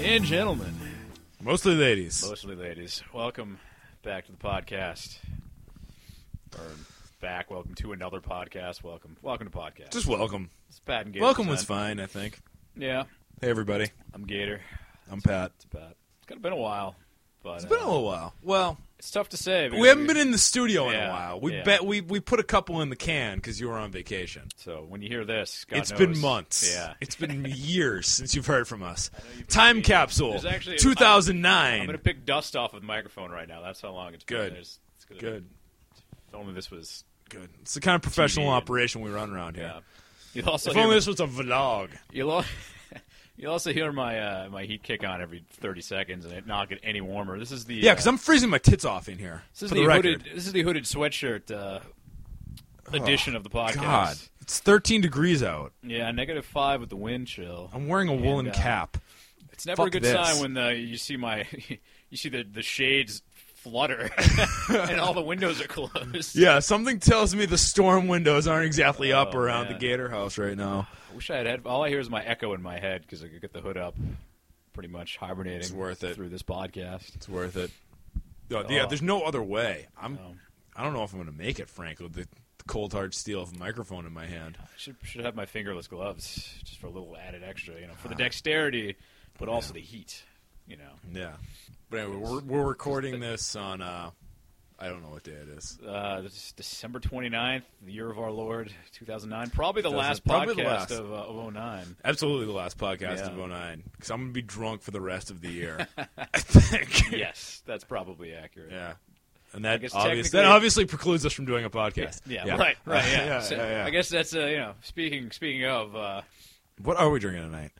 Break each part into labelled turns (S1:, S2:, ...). S1: and gentlemen,
S2: Mostly ladies.
S1: mostly ladies, welcome back to the podcast. Or back, welcome to another podcast. Welcome, welcome to podcast.
S2: Just welcome.
S1: it's Pat and Gator.
S2: welcome was
S1: son.
S2: fine, I think.
S1: Yeah,
S2: Hey, everybody.
S1: I'm Gator.
S2: I'm Pat.
S1: It's Pat. It's kind of been a while, but uh,
S2: It's been a little while. Well,
S1: It's tough to say.
S2: we haven't been in the studio in a
S1: Yeah,
S2: while. We
S1: yeah.
S2: bet we we put a couple in the can because you were on vacation.
S1: So when you hear this, God
S2: It's
S1: knows.
S2: been months.
S1: Yeah,
S2: It's been years since you've heard from us.
S1: you've been
S2: Time
S1: busy.
S2: capsule.
S1: There's actually- I'm- I'm
S2: 2009.
S1: gonna pick dust off of the microphone right now. That's how long it's
S2: Good.
S1: been. There's, it's gonna,
S2: Good.
S1: If only this was.
S2: Good. It's the kind of professional
S1: TV and-
S2: operation we run around here.
S1: Yeah. You'll also
S2: If
S1: hear
S2: only
S1: me-
S2: this was a vlog.
S1: You'll al- you'll also hear my uh, my heat kick on every 30 seconds, and it not get any warmer. This is the uh,
S2: Yeah, because I'm freezing my tits off in here.
S1: this is
S2: for
S1: the,
S2: the record. Oh,
S1: hooded this is the hooded sweatshirt uh, edition of the podcast.
S2: God, it's 13 degrees out.
S1: Yeah, negative five with the wind chill.
S2: I'm wearing a woolen
S1: uh,
S2: cap.
S1: It's never a
S2: Oh, fuck
S1: good
S2: this.
S1: sign when the, you see my you see the the shades flutter and all the windows are closed.
S2: Yeah, something tells me the storm windows aren't exactly up
S1: Oh,
S2: around
S1: man.
S2: the Gator House right now.
S1: I wish I had, had all I hear is my echo in my head because I could get the hood up, pretty much hibernating.
S2: It's worth it.
S1: through this podcast.
S2: It's worth it. yeah,
S1: Oh.
S2: there's no other way. I'm.
S1: Um,
S2: I don't know if I'm going to make it, Frank, with the, the cold hard steel of a microphone in my hand.
S1: Should should have my fingerless gloves just for a little added extra, you know,
S2: Ah.
S1: for the dexterity, but also the heat, you know.
S2: Yeah. But anyway, we're, we're recording this on. Uh, I don't know what day it is.
S1: Uh, this is December 29th, the year of our Lord 2009, probably the
S2: 2000
S1: last
S2: probably the
S1: podcast
S2: last.
S1: of uh, of 09.
S2: Absolutely, the last podcast
S1: Yeah.
S2: of 09 because I'm going to be drunk for the rest of the year. I think.
S1: yes, that's probably accurate.
S2: Yeah. And that
S1: guess
S2: obviously
S1: technically-
S2: that obviously precludes us from doing a podcast.
S1: Yeah, right, right, yeah.
S2: yeah,
S1: So,
S2: yeah, yeah.
S1: I guess that's uh, you know, speaking speaking of, uh,
S2: What are we drinking tonight?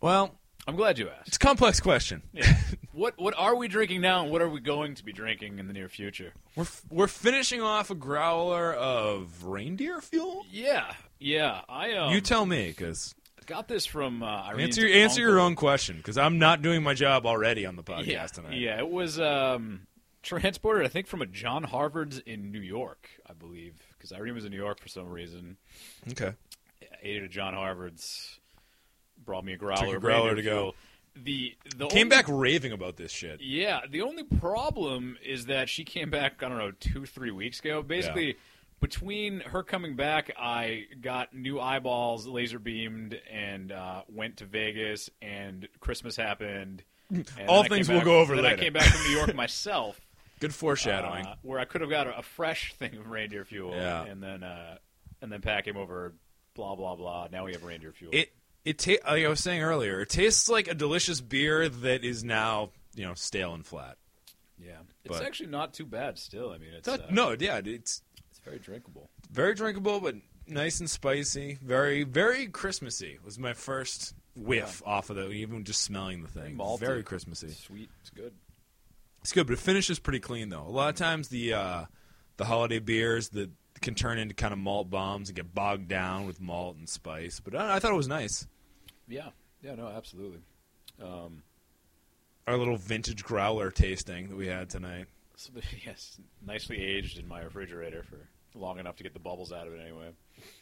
S2: Well,
S1: I'm glad you asked.
S2: it's a complex question.
S1: Yeah. what what are we drinking now, and what are we going to be drinking in the near future?
S2: We're f- we're finishing off a growler of reindeer fuel.
S1: Yeah, yeah. I um,
S2: you tell me, because
S1: got this from uh, Irene's
S2: answer answer your
S1: uncle.
S2: own question, because I'm not doing my job already on the podcast tonight.
S1: Yeah, it was um, transported, I think, from a John Harvard's in New York, I believe, because Irene was in New York for some reason.
S2: Okay.
S1: Ate at a John Harvard's, brought me a growler,
S2: Took a growler
S1: reindeer
S2: to go.
S1: fuel. The the
S2: Came
S1: only-
S2: back raving about this shit.
S1: Yeah, the only problem is that she came back. I don't know, two three weeks ago. Basically, between her coming back, I got new eyeballs, laser beamed, and uh, went to Vegas. And Christmas happened. and then
S2: All
S1: I came
S2: things we'll
S1: back-
S2: go over
S1: then
S2: later.
S1: I came back from New York myself.
S2: Good foreshadowing.
S1: Uh, where I could have got a, a fresh thing of reindeer fuel,
S2: Yeah.
S1: and then uh, and then pack him over. Blah blah blah. Now we have reindeer fuel.
S2: it it ta- like I was saying earlier, it tastes like a delicious beer that is now you know stale and flat.
S1: yeah, it's
S2: but-
S1: actually not too bad. Still, I mean, it's
S2: That-
S1: uh,
S2: no, yeah, it's
S1: it's very drinkable.
S2: very drinkable, but nice and spicy. Very, very Christmassy. Was my first whiff off of the even just smelling the thing.
S1: Malty.
S2: Very Christmassy.
S1: Sweet, it's good.
S2: It's good, but it finishes pretty clean though. A lot of times the uh, the holiday beers that can turn into kind of malt bombs and get bogged down with malt and spice. But I, I thought it was nice.
S1: Yeah, yeah, no, absolutely. Um,
S2: Our little vintage growler tasting that we had tonight.
S1: so the, yes, nicely aged in my refrigerator for long enough to get the bubbles out of it anyway.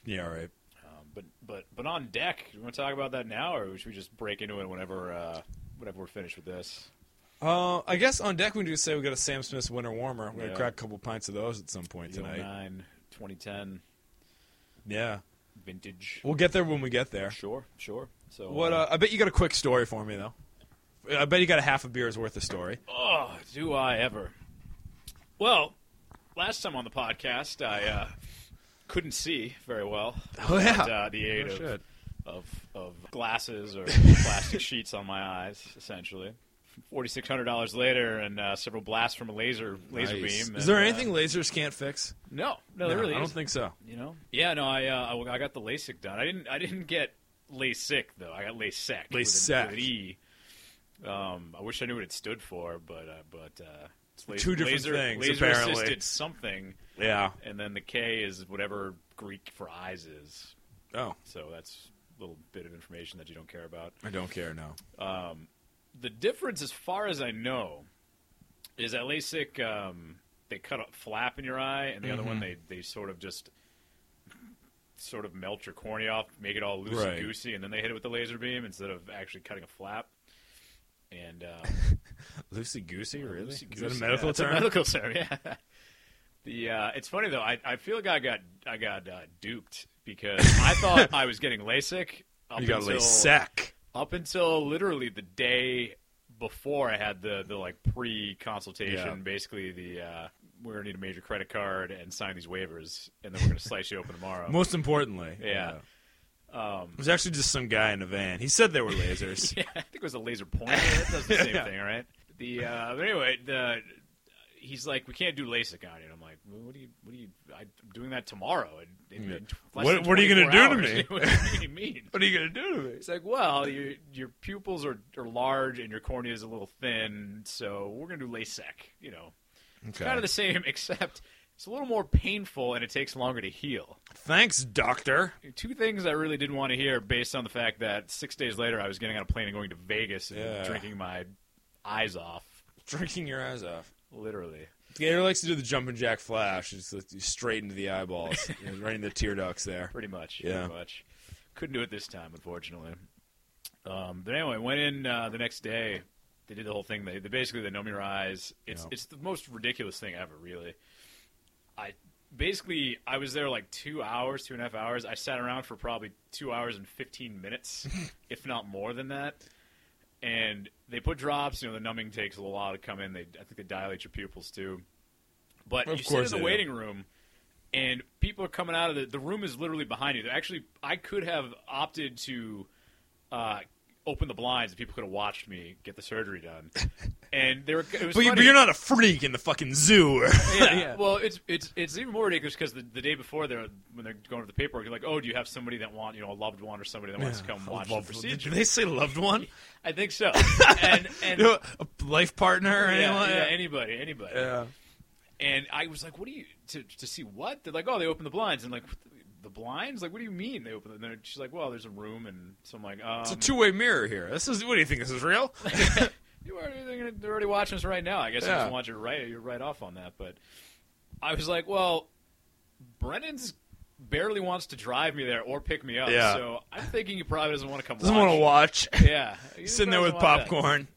S2: Yeah, right.
S1: Um, but but but on deck, do you want to talk about that now, or should we just break into it whenever uh, whenever we're finished with this?
S2: Uh, I guess on deck we can just say we got a Sam Smith's Winter Warmer. We're gonna
S1: Yeah.
S2: crack a couple pints of those at some point
S1: The
S2: tonight.
S1: 09, 2010
S2: Yeah,
S1: vintage.
S2: we'll get there when we get there.
S1: Sure, sure. So
S2: What? Uh, I bet you got a quick story for me though. I bet you got a half a beer's worth of story.
S1: Oh, do I ever? Well, last time on the podcast, I uh, couldn't see very well.
S2: Oh, yeah.
S1: But, uh, the aid
S2: Oh,
S1: of,
S2: shit.
S1: of of glasses or plastic sheets on my eyes, essentially. Forty six hundred dollars later, and uh, several blasts from a laser laser
S2: Nice.
S1: beam. and,
S2: Is there
S1: uh,
S2: anything lasers can't fix?
S1: no, no, there really
S2: I don't
S1: isn't,
S2: think so.
S1: You know? Yeah, no. I, uh, I I got the LASIK done. I didn't I didn't get LASIK though. I got LASIK. with an-
S2: LASIK.
S1: With an e. Um, I wish I knew what it stood for, but uh, but uh, it's laser,
S2: Two different
S1: laser,
S2: things,
S1: Laser
S2: apparently.
S1: assisted something,
S2: Yeah.
S1: and then the K is whatever Greek for eyes is.
S2: Oh,
S1: So that's a little bit of information that you don't care about.
S2: I don't care. No.
S1: Um, the difference, as far as I know, is that LASIK um, they cut a flap in your eye, and the other one
S2: Mm-hmm.
S1: they they sort of just sort of melt your cornea off, make it all loosey goosey, and then they hit it with the laser beam instead of actually cutting a flap. and uh,
S2: Loosey goosey, really? Is that
S1: Loosey-goosey,
S2: a medical
S1: yeah, it's
S2: term?
S1: medical term, yeah. The uh, it's funny though. I, I feel like I got I got uh, duped because I thought I was getting LASIK. Up
S2: you got
S1: until,
S2: LASIK.
S1: up until literally the day before I had the the like pre consultation.
S2: Yeah.
S1: Basically, the uh, we're gonna need a major credit card and sign these waivers, and then we're gonna slice you open tomorrow.
S2: Most importantly, Uh,
S1: Yeah. Um,
S2: It was actually just some guy in a van. He said there were lasers.
S1: yeah, I think it was a laser pointer. That does the same
S2: Yeah.
S1: thing, right? The uh, but anyway, the he's like, we can't do LASIK on you. And I'm like, well, what do you, what do you? I'm doing that tomorrow. In, in,
S2: Yeah.
S1: in less
S2: What-
S1: than
S2: what are you gonna
S1: 24
S2: do to
S1: hours.
S2: me?
S1: what do you mean?
S2: What are you gonna do to me?
S1: It's like, well, your your pupils are, are large and your cornea is a little thin, so we're gonna do LASIK. You know, it's kind of the same, except it's a little more painful and it takes longer to heal.
S2: Thanks, doctor.
S1: Two things I really didn't want to hear based on the fact that six days later I was getting on a plane and going to Vegas and
S2: Yeah.
S1: drinking my eyes off,
S2: Drinking your eyes off.
S1: literally.
S2: Gator likes to do the jumping jack flash, just like, straight into the eyeballs, you know, right into the tear ducts there.
S1: Pretty much.
S2: Yeah.
S1: Pretty much. Couldn't do it this time, unfortunately. Um, but anyway, went in uh, the next day. They did the whole thing. They, they basically they numb your eyes. It's
S2: Yeah.
S1: it's the most ridiculous thing ever, really. I basically I was there like two hours, two and a half hours. I sat around for probably two hours and fifteen minutes, if not more than that. And they put drops. You know, the numbing takes a little while to come in. They I think they dilate your pupils too. But
S2: Of
S1: you
S2: course
S1: sit in
S2: they
S1: the
S2: do.
S1: waiting room, and people are coming out of the the room is literally behind you. They're actually, I could have opted to uh, open the blinds, and people could have watched me get the surgery done. And they were, it was
S2: But, you, but
S1: funny.
S2: you're not a freak in the fucking zoo. or-
S1: Yeah. Well, it's it's it's even more ridiculous because the, the day before they're when they're going over the paperwork, you're like, oh, do you have somebody that want you know a loved one or somebody that wants to come
S2: Yeah.
S1: watch the
S2: Loved-
S1: procedure?
S2: Did they say loved one?
S1: I think so. and and
S2: You know, a life partner or
S1: yeah,
S2: anyone?
S1: yeah, anybody, anybody.
S2: Yeah.
S1: And I was like, "What do you to, to see what?" They're like, "Oh, they opened the blinds." And like, "What the- the blinds? Like, what do you mean they opened? them? And she's like, "Well, there's a room." And so I'm like, um,
S2: It's a two-way mirror here. This is. What do you think? This is real?
S1: you already, they're, gonna, they're already watching us right now. I guess I
S2: Yeah.
S1: just want you right. You're right off on that." But I was like, "Well, Brennan's barely wants to drive me there or pick me up.
S2: Yeah.
S1: So I'm thinking he probably doesn't want to come.
S2: Doesn't
S1: watch.
S2: want to watch.
S1: Yeah, He
S2: Sitting there
S1: probably
S2: with
S1: doesn't want that.
S2: popcorn,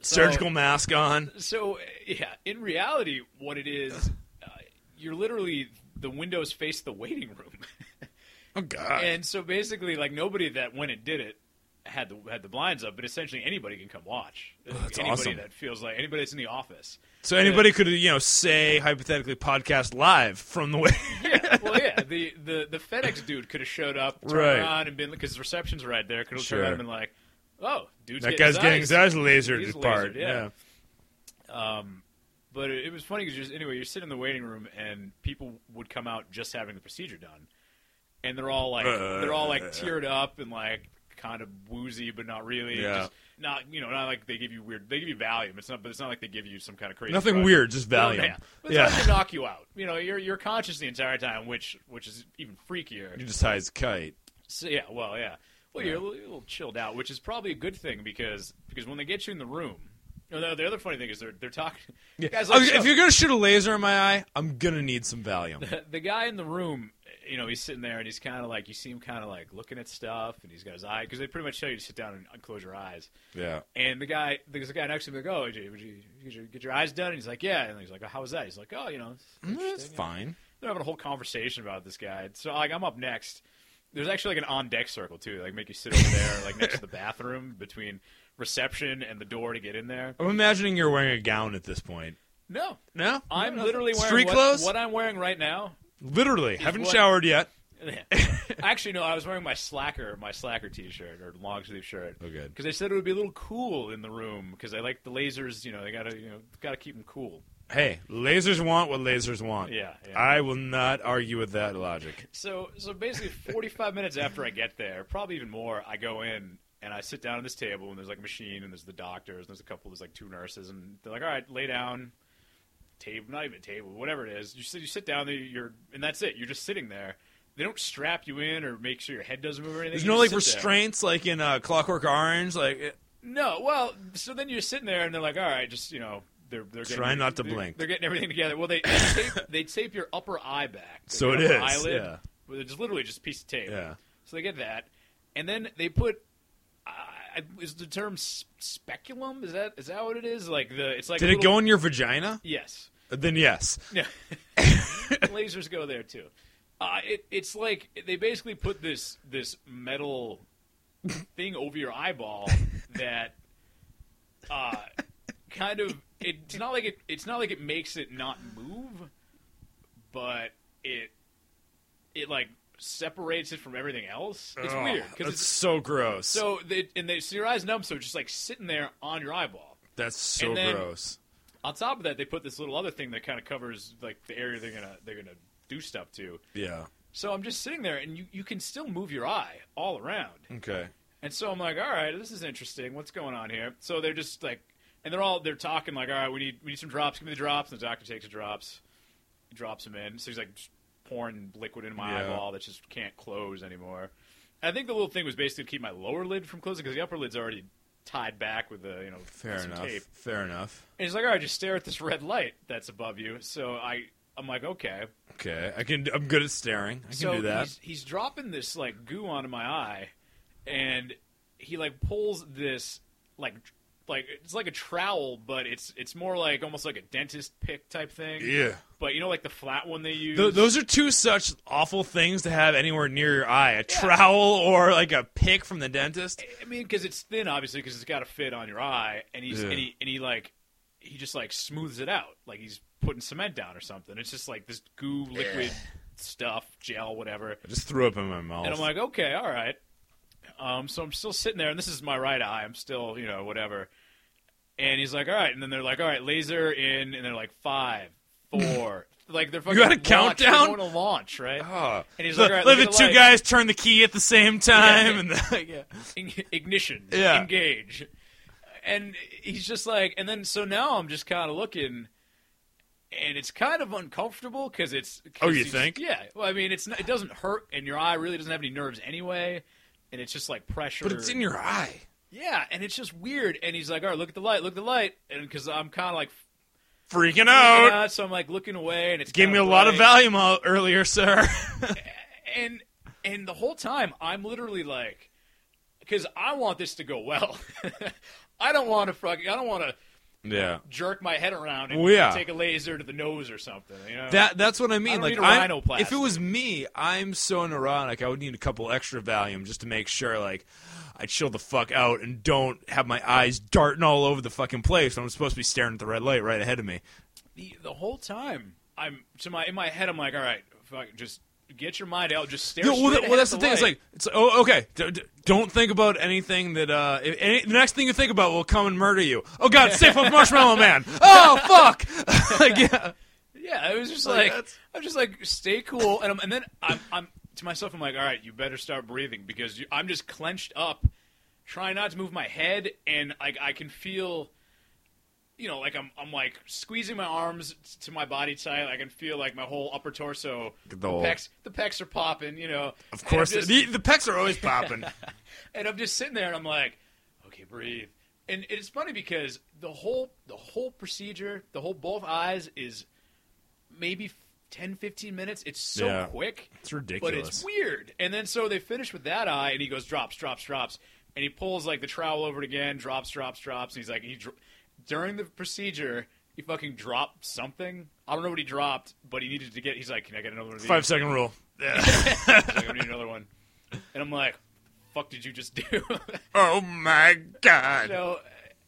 S1: So-
S2: surgical mask on.
S1: So yeah, in reality, what it is, uh, you're literally the windows face the waiting room,
S2: Oh God.
S1: and so basically, like nobody that went and did it had the had the blinds up, but essentially anybody can come watch.
S2: Oh, that's
S1: anybody
S2: awesome.
S1: that feels like anybody that's in the office.
S2: So anybody could, you know, say hypothetically podcast live from the way.
S1: Yeah, well, yeah. The, the the FedEx dude could have showed up, turned
S2: Right.
S1: around, and been because the reception's right there. Could have turned
S2: Sure.
S1: around and been like, "Oh, dude's
S2: that
S1: getting
S2: guy's getting
S1: his
S2: his
S1: eyes
S2: eyes lasered
S1: He's
S2: apart.
S1: lasered, yeah. Um, but it, it was funny because anyway, you're sitting in the waiting room and people would come out just having the procedure done, and they're all like
S2: Uh,
S1: they're all like teared up and like kind of woozy, but not really.
S2: Yeah.
S1: Just not you know not like they give you weird. They give you Valium. It's not, but it's not like they give you some kind of crazy.
S2: Nothing
S1: drug.
S2: weird, just
S1: No,
S2: Valium.
S1: yeah, but it's
S2: yeah.
S1: not to knock you out. You know, you're you're conscious the entire time, which which is even freakier.
S2: You're just high as a kite.
S1: So, yeah, well, yeah. Well, you're a little, you're a little chilled out, which is probably a good thing because because when they get you in the room, you know, the, the other funny thing is they're they're talking. the guys like,
S2: Okay,
S1: "So-"
S2: if you're gonna shoot a laser in my eye, I'm gonna need some Valium.
S1: the guy in the room, you know, he's sitting there and he's kind of like you see him kind of like looking at stuff and he's got his eye because they pretty much tell you to sit down and close your eyes.
S2: yeah.
S1: And the guy, there's a guy next to him, like, oh, did you, did you, did you get your eyes done? And he's like, yeah. And he's like, oh, how was that? He's like, oh, you know, it's
S2: Mm, That's
S1: interesting."
S2: fine.
S1: they're having a whole conversation about this guy. So like I'm up next. There's actually like an on deck circle too. Like make you sit over there, like next to the bathroom between reception and the door to get in there.
S2: I'm imagining you're wearing a gown at this point.
S1: No.
S2: No,
S1: I'm
S2: No, nothing.
S1: literally wearing
S2: street
S1: what,
S2: clothes.
S1: what I'm wearing right now.
S2: literally, haven't
S1: what-
S2: showered yet.
S1: Actually, no. I was wearing my slacker, my slacker T-shirt or long sleeve shirt.
S2: Oh, good.
S1: Because they said it would be a little cool in the room. Because I like the lasers. You know, they gotta, you know, gotta keep them cool.
S2: Hey, lasers want what lasers want.
S1: Yeah, yeah.
S2: I will not argue with that logic.
S1: So so basically, 45 minutes after I get there, probably even more, I go in and I sit down at this table and there's like a machine and there's the doctors and there's a couple, there's like two nurses and they're like, all right, lay down, table, not even table, whatever it is. You sit, you sit down, there, you're and that's it. You're just sitting there. They don't strap you in or make sure your head doesn't move or anything.
S2: There's
S1: You
S2: no
S1: just
S2: like
S1: sit there.
S2: restraints, like in uh, Clockwork Orange. Like, it-
S1: No, well, so then you're sitting there, and they're like, "All right, just you know, they're they're getting,
S2: Try not to
S1: they're-
S2: blink.
S1: They're getting everything together. Well, they they tape, they tape your upper eye back, Like
S2: So
S1: your
S2: it
S1: upper
S2: is,
S1: eyelid.
S2: yeah.
S1: Well, It's literally just a piece of tape.
S2: Yeah.
S1: So they get that, and then they put. I I- is the term s- speculum? Is that is that what it is? Like the it's like
S2: Did
S1: a
S2: it go
S1: little-
S2: in your vagina?
S1: Yes.
S2: Then yes.
S1: Yeah. Lasers go there too. Uh, it, it's like they basically put this this metal thing over your eyeball that uh, kind of it's not like it it's not like it makes it not move, but it it like separates it from everything else. It's
S2: Ugh,
S1: weird
S2: Oh, That's
S1: because it's
S2: so gross.
S1: so they, and they, so your eyes numb, so it's just like sitting there on your eyeball.
S2: that's so
S1: and then-
S2: gross.
S1: On top of that, they put this little other thing that kind of covers like the area they're gonna they're gonna do stuff to.
S2: Yeah.
S1: So I'm just sitting there, and you, you can still move your eye all around.
S2: Okay.
S1: And so I'm like, all right, this is interesting. What's going on here? So they're just like, and they're all they're talking like, all right, we need we need some drops. Give me the drops. And the doctor takes the drops, drops them in. So he's like just pouring liquid into my
S2: Yeah.
S1: eyeball that just can't close anymore. I think the little thing was basically to keep my lower lid from closing because the upper lid's already tied back with the you know
S2: Fair
S1: some
S2: enough.
S1: tape.
S2: Fair enough.
S1: And he's like, all right, just stare at this red light that's above you. So I I'm like, okay.
S2: Okay. I can. I'm good at staring. I can
S1: so
S2: do that.
S1: He's, he's dropping this like goo onto my eye, and he like pulls this like tr- like it's like a trowel, but it's it's more like almost like a dentist pick type thing.
S2: Yeah.
S1: But you know, like the flat one they use.
S2: Th- those are two such awful things to have anywhere near your eye: a trowel or like a pick from the dentist.
S1: I mean, because it's thin, obviously, because it's got to fit on your eye, and he's
S2: Yeah.
S1: and he and he like he just like smooths it out, like he's putting cement down or something. It's just like this goo liquid stuff, gel, whatever.
S2: I just threw up in my mouth.
S1: And I'm like, okay, all right. Um, so I'm still sitting there, and this is my right eye. I'm still, you know, whatever. And he's like, all right. And then they're like, all right, laser in. And they're like, five, four. like they're fucking
S2: had a
S1: launch. They're
S2: countdown?
S1: going to launch, right?
S2: Ah.
S1: And he's
S2: The-
S1: like, all right,
S2: let
S1: look
S2: the
S1: at
S2: two
S1: the light.
S2: guys turn the key at the same time,
S1: Yeah.
S2: and then, yeah.
S1: Ig- ignition,
S2: Yeah.
S1: engage. And he's just like, and then so now I'm just kind of looking, and it's kind of uncomfortable because it's. 'cause
S2: Oh, you
S1: he's-
S2: think?
S1: Yeah. Well, I mean, it's not, it doesn't hurt, and your eye really doesn't have any nerves anyway, and it's just like pressure.
S2: but it's in your eye.
S1: Yeah, and it's just weird. And he's like, "All right, look at the light, look at the light," and because I'm kind of like,
S2: Freaking out.
S1: freaking out, so I'm like looking away, and it's
S2: Gave me
S1: kinda
S2: a lot of
S1: bright.
S2: value mo- earlier, sir.
S1: And and the whole time, I'm literally like, because I want this to go well. I don't want to fucking. I don't want to
S2: yeah.
S1: jerk my head around and
S2: Well, yeah.
S1: take a laser to the nose or something. You know,
S2: That that's what I
S1: I
S2: mean.
S1: don't
S2: like
S1: need a
S2: I'm-
S1: rhinoplasty.
S2: if it was me, I'm so neurotic. I would need a couple extra Valium just to make sure, like, I chill the fuck out and don't have my eyes darting all over the fucking place. when I'm supposed to be staring at the red light right ahead of me.
S1: the, the whole time, I'm to my in my head, I'm like, "All right, fuck, just get your mind out, just stare."
S2: Yeah, well,
S1: straight
S2: that-
S1: ahead
S2: well, that's
S1: at
S2: the thing. It's
S1: light."
S2: like, it's oh, okay. D- d- don't think about anything that. Uh, if, any, the next thing you think about will come and murder you. Oh God, safe with Marshmallow Man. Oh fuck. like, yeah.
S1: Yeah, it was just
S2: Like,
S1: like,
S2: that's-
S1: I'm just like stay cool, and I'm, and then I'm, I'm to myself. I'm like, all right, you better start breathing because you, I'm just clenched up, trying not to move my head, and I, I can feel, you know, like I'm I'm like squeezing my arms to my body tight. I can feel like my whole upper torso,
S2: The
S1: the,
S2: whole-
S1: pecs, the pecs are popping, you know.
S2: Of course,
S1: and I'm,
S2: the,
S1: just,
S2: the pecs are always popping.
S1: and I'm just sitting there, and I'm like, okay, breathe. And it's funny because the whole the whole procedure, the whole both eyes is maybe 10 15 minutes it's so
S2: Yeah.
S1: quick
S2: It's
S1: but
S2: ridiculous.
S1: it's weird and then so they finish with that eye and he goes drops drops drops and he pulls like the trowel over it again drops drops drops and he's like he dro- during the procedure he fucking dropped something i don't know what he dropped but he needed to get he's like can i get another one of these
S2: Five second rule.
S1: He's like, i need another one and i'm like fuck did you just do
S2: Oh my god.
S1: So,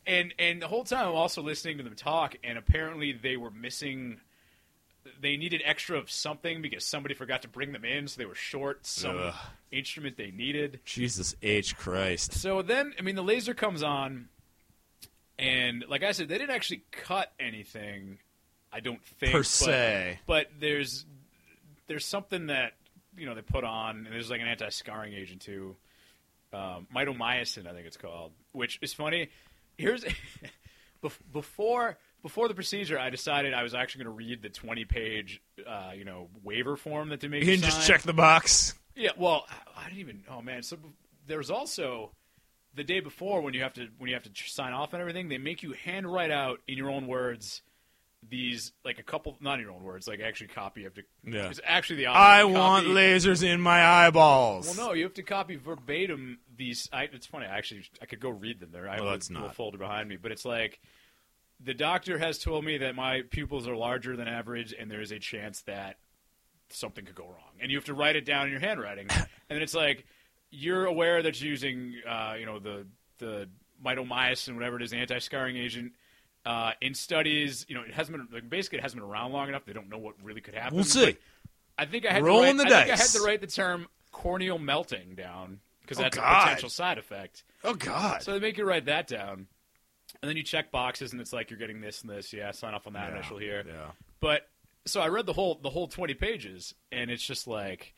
S1: and and the whole time I'm also listening to them talk, and apparently they were missing. They needed extra of something because somebody forgot to bring them in, so they were short some
S2: Ugh.
S1: instrument they needed.
S2: Jesus H Christ.
S1: So then, I mean, the laser comes on, and like I said, they didn't actually cut anything. I don't think
S2: Per
S1: but-
S2: se.
S1: but there's there's something that you know they put on, and there's like an anti-scarring agent too, um, mitomycin, I think it's called, which is funny. Here's bef- before before the procedure, I decided I was actually going to read the 20 page uh, you know waiver form that they make.
S2: You can
S1: sign.
S2: just check the box.
S1: Yeah, well, I I didn't even. Oh man, so be- there's also the day before when you have to when you have to tr- sign off and everything, they make you handwrite out in your own words these like a couple not even old words like actually copy you have to
S2: Yeah.
S1: it's actually the opposite.
S2: I
S1: You
S2: want
S1: copy-
S2: lasers in my eyeballs.
S1: well no you have to copy verbatim these I, it's funny I actually I could go read them there I have
S2: Well,
S1: a
S2: that's
S1: little
S2: not-
S1: folder behind me but it's like the doctor has told me that my pupils are larger than average and there is a chance that something could go wrong and you have to write it down in your handwriting and then it's like you're aware that you're using uh, you know the the mitomycin whatever it is anti-scarring agent uh, in studies you know it hasn't been like, basically it hasn't been around long enough they don't know what really could happen
S2: We'll see.
S1: but I think I had
S2: Rolling
S1: to write,
S2: the
S1: I think I
S2: dice.
S1: had to write the term corneal melting down because
S2: Oh,
S1: that's a
S2: God.
S1: potential side effect
S2: Oh God.
S1: so they make you write that down and then you check boxes and it's like you're getting this and this yeah sign off on that
S2: Yeah,
S1: initial here
S2: Yeah.
S1: but so I read the whole the whole twenty pages, and it's just like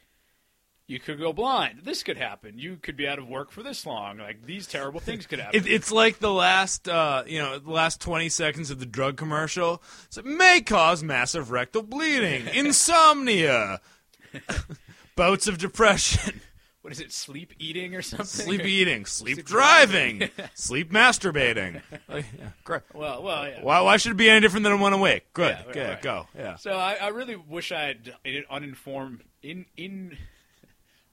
S1: you could go blind. This could happen. You could be out of work for this long. Like these terrible things could happen.
S2: It, it's like the last, uh, you know, the last 20 seconds of the drug commercial. So it may cause massive rectal bleeding, insomnia, bouts of depression,
S1: what is it? Sleep eating or something?
S2: sleep eating, sleep,
S1: Sleep driving.
S2: driving, sleep masturbating. Like, yeah, great.
S1: Well, well, yeah.
S2: Why, why should it be any different than when awake? Good.
S1: Yeah, right,
S2: good.
S1: right.
S2: Go. Yeah.
S1: So I, I really wish I had an uninformed in in.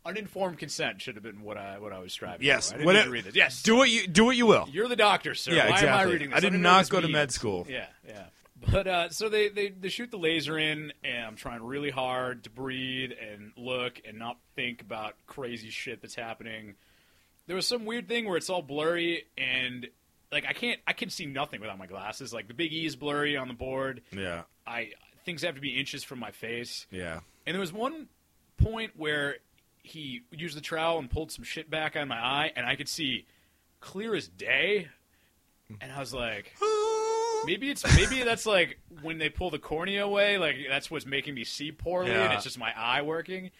S1: Uninformed consent should have been what I what I was striving
S2: Yes.
S1: for. I didn't
S2: what
S1: need
S2: it-
S1: to read this. Yes,
S2: Do what you do. What you will.
S1: You're the doctor, sir.
S2: Yeah,
S1: Why am I
S2: exactly.
S1: reading this?
S2: I did
S1: don't know
S2: not
S1: what this
S2: go to med
S1: means.
S2: school.
S1: Yeah, yeah. But uh, so they, they they shoot the laser in, and I'm trying really hard to breathe and look and not think about crazy shit that's happening. There was some weird thing where it's all blurry and like I can't I can see nothing without my glasses. Like the big E is blurry on the board.
S2: Yeah.
S1: I things have to be inches from my face.
S2: Yeah.
S1: And there was one point where he used the trowel and pulled some shit back on my eye, and I could see clear as day. And I was like, maybe it's maybe that's like when they pull the cornea away, like that's what's making me see poorly, and
S2: Yeah.
S1: it's just my eye working.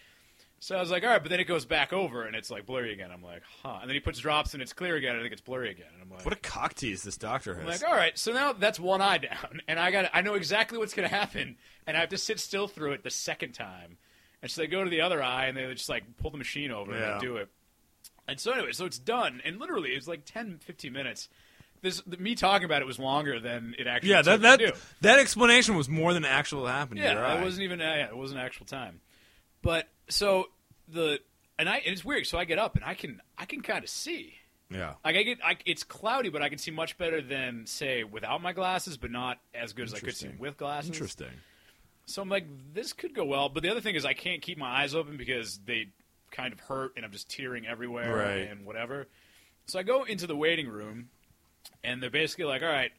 S1: So I was like, all right, but then it goes back over and it's like blurry again. I'm like, huh. And then he puts drops and it's clear again, and I think it's blurry again. And I'm like,
S2: What a cock tease this doctor has.
S1: I'm like, oh, all right, so now that's one eye down, and I got I know exactly what's going to happen, and I have to sit still through it the second time. And so they go to the other eye, and they just like pull the machine over
S2: Yeah.
S1: and they do it. And so anyway, so it's done, and literally it's like 10, 15 minutes. This the, me talking about it was longer than it actually.
S2: yeah,
S1: took
S2: that that
S1: to do.
S2: that explanation was more than actual happened.
S1: Yeah,
S2: You're
S1: it
S2: right.
S1: wasn't even uh, yeah, it wasn't actual time. But so the and I and it's weird. So I get up and I can I can kind of see.
S2: Yeah.
S1: Like I get, I, it's cloudy, but I can see much better than say without my glasses, but not as good as I could see
S2: Interesting.
S1: with glasses.
S2: Interesting.
S1: So I'm like, this could go well. But the other thing is, I can't keep my eyes open because they kind of hurt, and I'm just tearing everywhere
S2: Right.
S1: and whatever. So I go into the waiting room, and they're basically like, all right,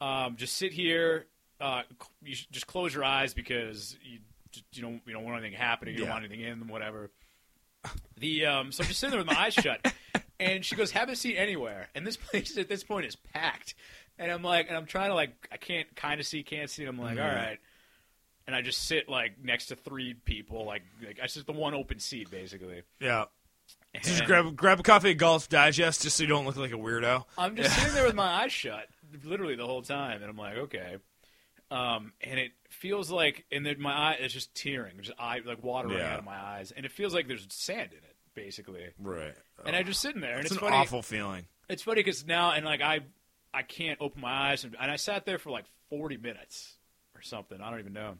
S1: um, just sit here. Uh, cl- you should just close your eyes because you j- you don't you don't want anything happening. You
S2: Yeah.
S1: don't want anything in them, whatever. The um, so I'm just sitting there with my eyes shut, and she goes, "Have a seat anywhere." And this place at this point is packed, and I'm like, and I'm trying to like, I can't kind of see, can't see. I'm like,
S2: Mhm.
S1: all right, and I just sit like next to three people, like like I just the one open seat basically.
S2: Yeah. Just
S1: And
S2: grab grab a copy of Golf Digest just so you don't look like a weirdo.
S1: I'm just sitting there with my eyes shut, literally the whole time, and I'm like, okay. Um, and it feels like, and then my eye is just tearing, just eye like water running
S2: Yeah.
S1: out of my eyes, and it feels like there's sand in it, basically.
S2: Right.
S1: And I'm just sitting there, and
S2: Oh. it's,
S1: it's,
S2: an
S1: funny.
S2: awful feeling.
S1: It's funny because now, and like I, I can't open my eyes, and, and I sat there for like 40 minutes or something. I don't even know.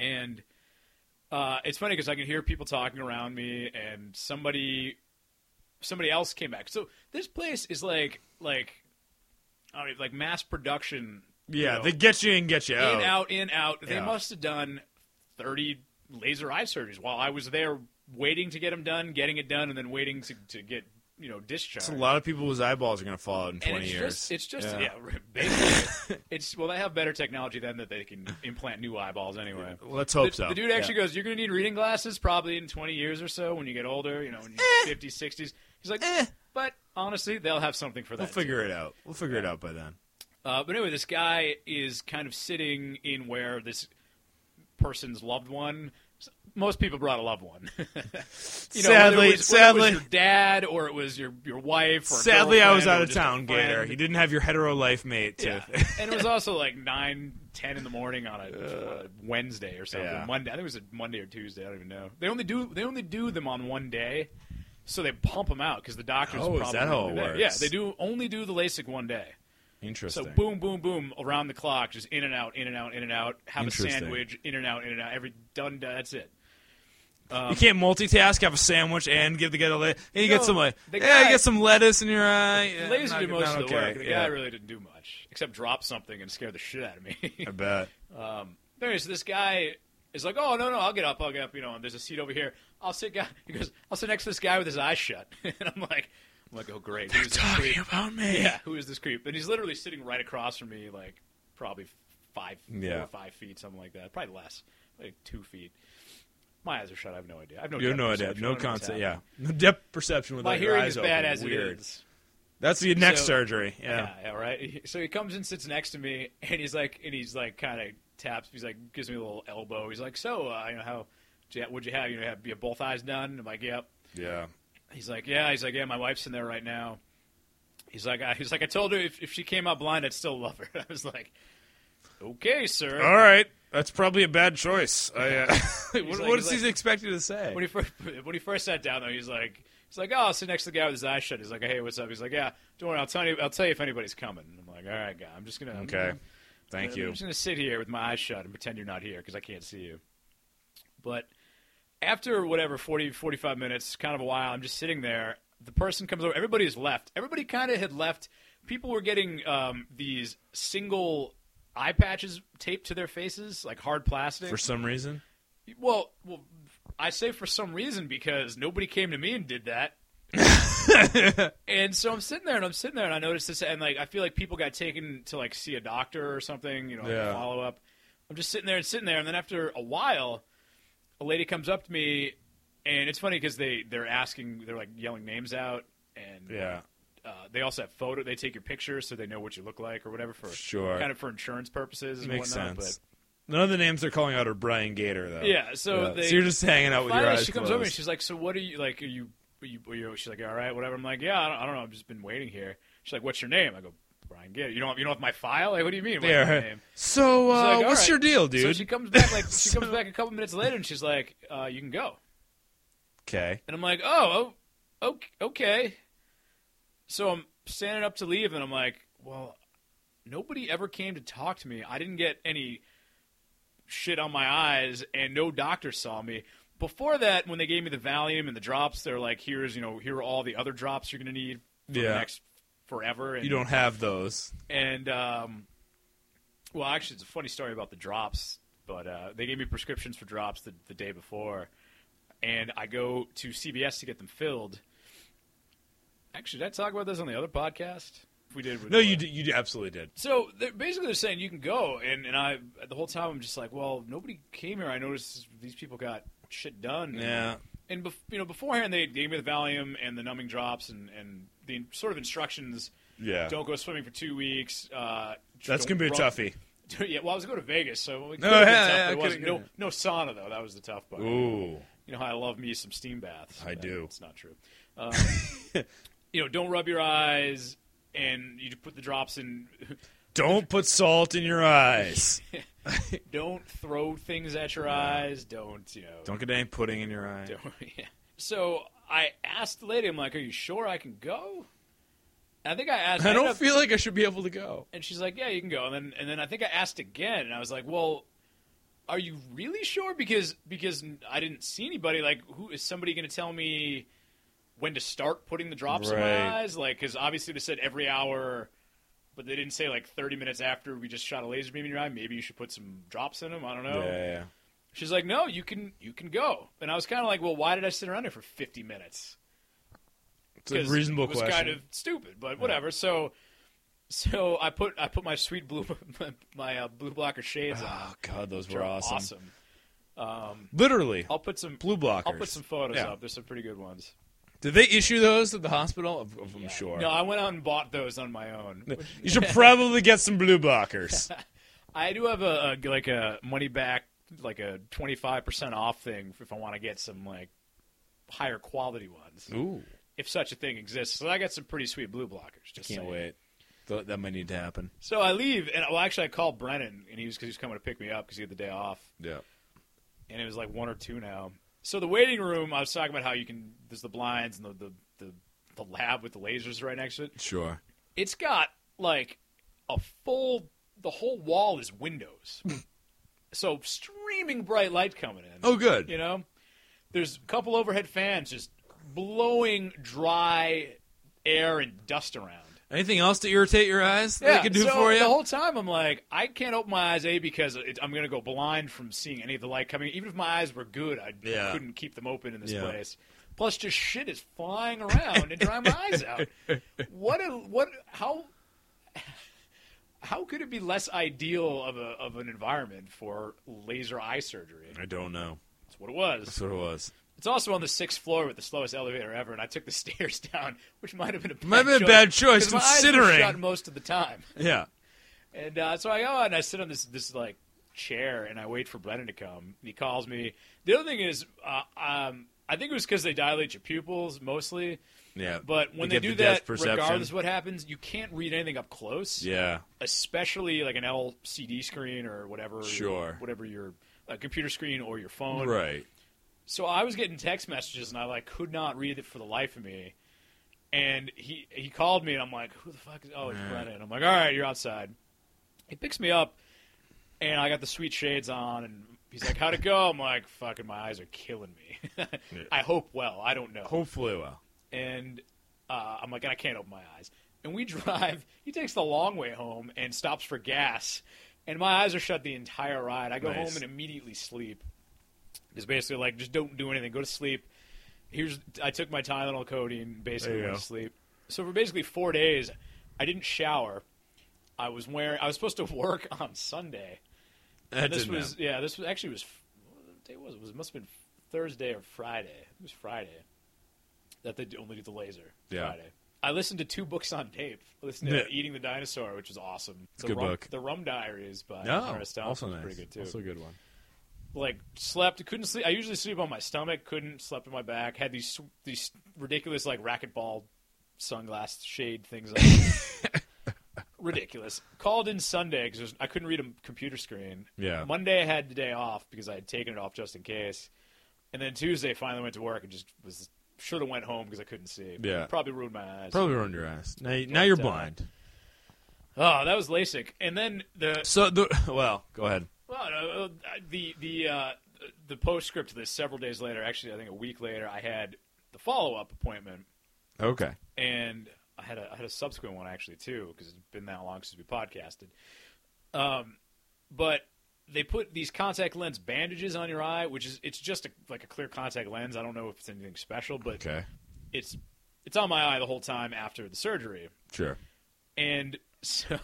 S1: And uh, it's funny because I can hear people talking around me, and somebody, somebody else came back. So this place is like, like, I don't know, like mass production. you
S2: Yeah,
S1: know,
S2: they get you and get you out.
S1: in out in out. They
S2: Yeah.
S1: must have done 30 laser eye surgeries while I was there waiting to get them done, getting it done, and then waiting to, to get you know discharged
S2: It's a lot of people whose eyeballs are going to fall out in 20
S1: and it's
S2: years.
S1: Just, it's just yeah, basically, it's well they have better technology then that they can implant new eyeballs anyway.
S2: Let's hope
S1: the,
S2: so.
S1: the dude actually goes, "You're going to need reading glasses probably in 20 years or so when you get older, you know, when you're 50s, 60s." He's like,
S2: Eh.
S1: "But honestly, they'll have something for that."
S2: We'll figure it out. We'll figure it out by then.
S1: Uh, but anyway, this guy is kind of sitting in where this person's loved one. Most people brought a loved one. you
S2: Sadly-
S1: whether it was, whether
S2: sadly-
S1: it was your dad or it was your your wife. Or a
S2: Sadly, I was
S1: girlfriend
S2: out
S1: or
S2: of
S1: just a
S2: town, Gator.
S1: friend.
S2: He didn't have your hetero life mate, too.
S1: Yeah. and it was also like nine, ten in the morning on a, a Wednesday or something.
S2: Uh, Yeah.
S1: Monday, I think it was a Monday or Tuesday. I don't even know. They only do they only do them on one day, so they pump them out because the doctors.
S2: Oh, is
S1: probably
S2: that how
S1: only
S2: it
S1: there.
S2: works?
S1: Yeah, they do only do the LASIK one day.
S2: Interesting.
S1: So boom, boom, boom, around the clock, just in and out, in and out, in and out. Have a
S2: Interesting.
S1: sandwich, in and out, in and out. Every done, done that's it.
S2: you can't multitask, have a sandwich, and give the guy the lettuce. And you
S1: No,
S2: get some like,
S1: the
S2: yeah,
S1: guy-
S2: you get some lettuce in your eye. Yeah,
S1: Laser
S2: not-
S1: did most
S2: not
S1: of the
S2: okay.
S1: work. The
S2: yeah.
S1: guy really didn't do much except drop something and scare the shit out of me.
S2: I bet.
S1: Anyway, so this guy is like, "Oh no, no, I'll get up, I'll get up." You know, and there's a seat over here. I'll sit. Guy, he goes, "I'll sit next to this guy with his eyes shut." and I'm like, "I'm like, oh great, who's this creep?
S2: Talking about me.
S1: Yeah, who is this creep?" And he's literally sitting right across from me, like probably five, four
S2: Yeah.
S1: or five feet, something like that, probably less, like two feet. My eyes are shut. I have no idea. I have no.
S2: You have
S1: depth
S2: no idea.
S1: perception. I
S2: No
S1: don't know what's
S2: concept. Yeah.
S1: happening.
S2: No depth perception with
S1: My
S2: like, your
S1: hearing
S2: eyes
S1: is
S2: open.
S1: bad as
S2: Weird.
S1: it is.
S2: That's the next
S1: So-
S2: surgery.
S1: Yeah.
S2: Yeah.
S1: yeah, right. So he comes and sits next to me, and he's like, and he's like, kind of taps. He's like, gives me a little elbow. He's like, so, uh, you know, how j- would you have? You know, have you have both eyes done? I'm like, yep.
S2: Yeah.
S1: He's like, yeah. He's like, yeah. My wife's in there right now. He's like, I, he's like, I told her if, if she came out blind, I'd still love her. I was like, okay, sir.
S2: All right. That's probably a bad choice. I, uh, what
S1: He's
S2: what
S1: like-
S2: is
S1: he's
S2: he expected to say?
S1: When he first when he first sat down though, he's like, he's like, oh, I'll sit next to the guy with his eyes shut. He's like, hey, what's up? He's like, yeah, don't worry, I'll tell you, I'll tell you if anybody's coming. And I'm like, all right, guy, I'm just gonna I'm
S2: okay.
S1: gonna-
S2: Thank
S1: I'm
S2: you.
S1: just gonna sit here with my eyes shut and pretend you're not here because I can't see you. But after whatever 40, 45 minutes, kind of a while, I'm just sitting there. The person comes over. Everybody has left. Everybody kind of had left. People were getting um, these single eye patches taped to their faces, like hard plastic.
S2: For some reason.
S1: well, well, I say for some reason because nobody came to me and did that. And so I'm sitting there and I'm sitting there and I noticed this and like I feel like people got taken to like see a doctor or something, you know, like
S2: Yeah.
S1: follow up. I'm just sitting there and sitting there and then after a while, a lady comes up to me and it's funny because they they're asking they're like yelling names out and
S2: yeah.
S1: uh, they also have photo they take your pictures so they know what you look like or whatever for
S2: Sure.
S1: kind of for insurance purposes and
S2: Makes
S1: whatnot.
S2: sense. None of the names they're calling out are Brian Gator though.
S1: But yeah, so
S2: Yeah.
S1: they
S2: you're just hanging out with your
S1: Finally,
S2: eyes
S1: she comes
S2: closed.
S1: over and she's like, "So what are you like? Are you, are you, are you?" She's like, "All right, whatever." I'm like, "Yeah, I don't, I don't know. I've just been waiting here." She's like, "What's your name?" I go, "Brian Gill." You don't, have- you don't have my file? Like, what do you mean? What's
S2: Yeah,
S1: my
S2: right.
S1: name?
S2: So,
S1: She's
S2: uh,
S1: like, "All
S2: what's
S1: right."
S2: your deal, dude?
S1: So she comes back like she comes
S2: So-
S1: back a couple minutes later, and she's like, uh, "You can go."
S2: okay.
S1: And I'm like, "Oh, oh, ok- okay." So I'm standing up to leave, and I'm like, "Well, nobody ever came to talk to me. I didn't get any shit on my eyes, and no doctor saw me. Before that, when they gave me the Valium and the drops, they're like, here's, you know, here are all the other drops you're going to need for the
S2: Yeah.
S1: next forever. And,
S2: You don't have those.
S1: And, um, well, actually, it's a funny story about the drops, but uh, they gave me prescriptions for drops the, the day before, and I go to CVS to get them filled. Actually, did I talk about this on the other podcast? If we did, with
S2: No,
S1: Laura.
S2: you d- you d- absolutely did.
S1: So they're, basically, they're saying you can go, and and I the whole time I'm just like, well, nobody came here. I noticed these people got shit done.
S2: Yeah.
S1: And bef- you know, beforehand they gave me the Valium and the numbing drops and and the in- sort of instructions:
S2: Yeah.
S1: don't go swimming for two weeks. Uh,
S2: That's
S1: don't
S2: gonna be a
S1: rub-
S2: toughie.
S1: yeah, well, I was going to Vegas, so it
S2: Oh,
S1: could have been
S2: yeah,
S1: tough,
S2: yeah,
S1: but
S2: it
S1: it wasn't.
S2: could've-
S1: No, no sauna though. That was the tough part.
S2: Ooh.
S1: You know how I love me some steam baths.
S2: I
S1: That-
S2: do.
S1: It's not true. Um, you know, don't rub your eyes, and you put the drops in.
S2: Don't put salt in your eyes.
S1: don't throw things at your eyes. Don't you know?
S2: Don't get any pudding in your eye.
S1: don't- yeah. So I asked the lady. I'm like, "Are you sure I can go?" And I think I asked.
S2: I
S1: ended
S2: don't
S1: up-
S2: feel like I should be able to go.
S1: And she's like, "Yeah, you can go." And then and then I think I asked again, and I was like, "Well, are you really sure?" Because because I didn't see anybody. Like, who is somebody going to tell me when to start putting the drops in
S2: Right.
S1: my eyes? Like, because obviously they said every hour. But they didn't say like 30 minutes after we just shot a laser beam in your eye. Maybe you should put some drops in them. I don't know.
S2: Yeah.
S1: She's like, "No, you can you can go." And I was kind of like, "Well, why did I sit around here for 50 minutes?"
S2: It's a
S1: 'Cause
S2: reasonable
S1: it was
S2: question.
S1: kind of stupid, but whatever. So so I put I put my sweet blue my, my uh, blue blocker shades on.
S2: oh god, those
S1: which
S2: were
S1: are
S2: awesome.
S1: awesome. Um,
S2: Literally.
S1: I'll put some
S2: Blue blockers.
S1: I'll put some photos
S2: Yeah.
S1: up. There's some pretty good ones.
S2: Did they issue those at the hospital? Of- of- I'm
S1: Yeah.
S2: sure.
S1: No, I went out and bought those on my own.
S2: you should probably get some blue blockers.
S1: I do have a, a like a money back like a 25% off thing if I want to get some like higher quality ones.
S2: Ooh.
S1: if such a thing exists. So I got some pretty sweet blue blockers. Just
S2: Can't
S1: saying.
S2: wait. Th- that might need to happen.
S1: So I leave, and well, actually, I called Brennan, and he was because he was coming to pick me up because he had the day off,
S2: Yeah.
S1: and it was like one or two now. So the waiting room, I was talking about how you can there's the blinds and the the the, the lab with the lasers right next to it.
S2: Sure.
S1: It's got like a full the whole wall is windows. so streaming bright light coming in.
S2: Hmm. Oh, good.
S1: You know? There's a couple overhead fans just blowing dry air and dust around.
S2: Anything else to irritate your eyes that they could do
S1: so
S2: for you?
S1: The whole time I'm like, I can't open my eyes, A, because it, I'm going to go blind from seeing any of the light coming. Even if my eyes were good, I
S2: Yeah.
S1: couldn't keep them open in this
S2: Yeah.
S1: place. Plus, just shit is flying around and drying my eyes out. What? A, what? How? How could it be less ideal of a of an environment for laser eye surgery?
S2: I don't know.
S1: That's what it was.
S2: That's what it was.
S1: It's also on the sixth floor with the slowest elevator ever, and I took the stairs down, which might have been a bad
S2: Might have been a
S1: choice,
S2: bad choice
S1: 'cause my eyes were
S2: considering.
S1: shut most of the time.
S2: Yeah.
S1: And uh, so I go out and I sit on this this like chair and I wait for Brennan to come. And he calls me. The other thing is, uh, um, I think it was because they dilate your pupils mostly.
S2: Yeah.
S1: But
S2: You
S1: when
S2: get
S1: they do
S2: the depth
S1: that, regardless of what happens, you can't read anything up close.
S2: Yeah.
S1: Especially like an LCD screen or whatever.
S2: Sure.
S1: Whatever your uh, computer screen or your phone.
S2: Right.
S1: So I was getting text messages and I like could not read it for the life of me. And he he called me and I'm like, who the fuck is? Oh, it's
S2: Yeah.
S1: Brennan. I'm like, all right, you're outside. He picks me up, and I got the sweet shades on, and he's like, how'd it go? I'm like, fucking, my eyes are killing me. I hope well. I don't know.
S2: Hopefully, well.
S1: And uh, I'm like, and I can't open my eyes. And we drive. He takes the long way home and stops for gas, and my eyes are shut the entire ride. I go
S2: Nice.
S1: home and immediately sleep. It's basically like just don't do anything. Go to sleep. Here's I took my Tylenol codeine, basically
S2: There you
S1: went
S2: go.
S1: to sleep. So for basically four days, I didn't shower. I was wearing. I was supposed to work on Sunday.
S2: That
S1: this
S2: didn't
S1: was
S2: happen.
S1: yeah. This was actually was what day was it? it was must have been Thursday or Friday. It was Friday that they only did the laser.
S2: Yeah.
S1: Friday. I listened to two books on tape. I listened to
S2: Yeah.
S1: Eating the Dinosaur, which is awesome.
S2: It's a
S1: the
S2: good
S1: Rum,
S2: book.
S1: The Rum Diaries by
S2: No,
S1: Hunter S. Thompson
S2: also
S1: was
S2: nice.
S1: pretty good too
S2: Also a good one.
S1: like slept couldn't sleep i usually sleep on my stomach couldn't slept on my back had these these ridiculous like racquetball sunglass shade things on. ridiculous called in sunday because i couldn't read a computer screen
S2: Yeah.
S1: monday i had the day off because i had taken it off just in case and then tuesday finally went to work and just was should have went home because i couldn't see
S2: Yeah.
S1: probably ruined my eyes
S2: Probably ruined your eyes. Now, you- now you're
S1: uh,
S2: blind.
S1: oh that was lasik and then the
S2: So the well, go ahead.
S1: Well, no, uh, the the uh, the postscript to this several days later, actually, I think a week later, I had the follow up appointment,
S2: Okay.
S1: and I had a I had a subsequent one actually too, because it's been that long since we podcasted. Um, but they put these contact lens bandages on your eye, which is it's just a, like a clear contact lens. I don't know if it's anything special, but
S2: Okay.
S1: it's it's on my eye the whole time after the surgery.
S2: Sure.
S1: And so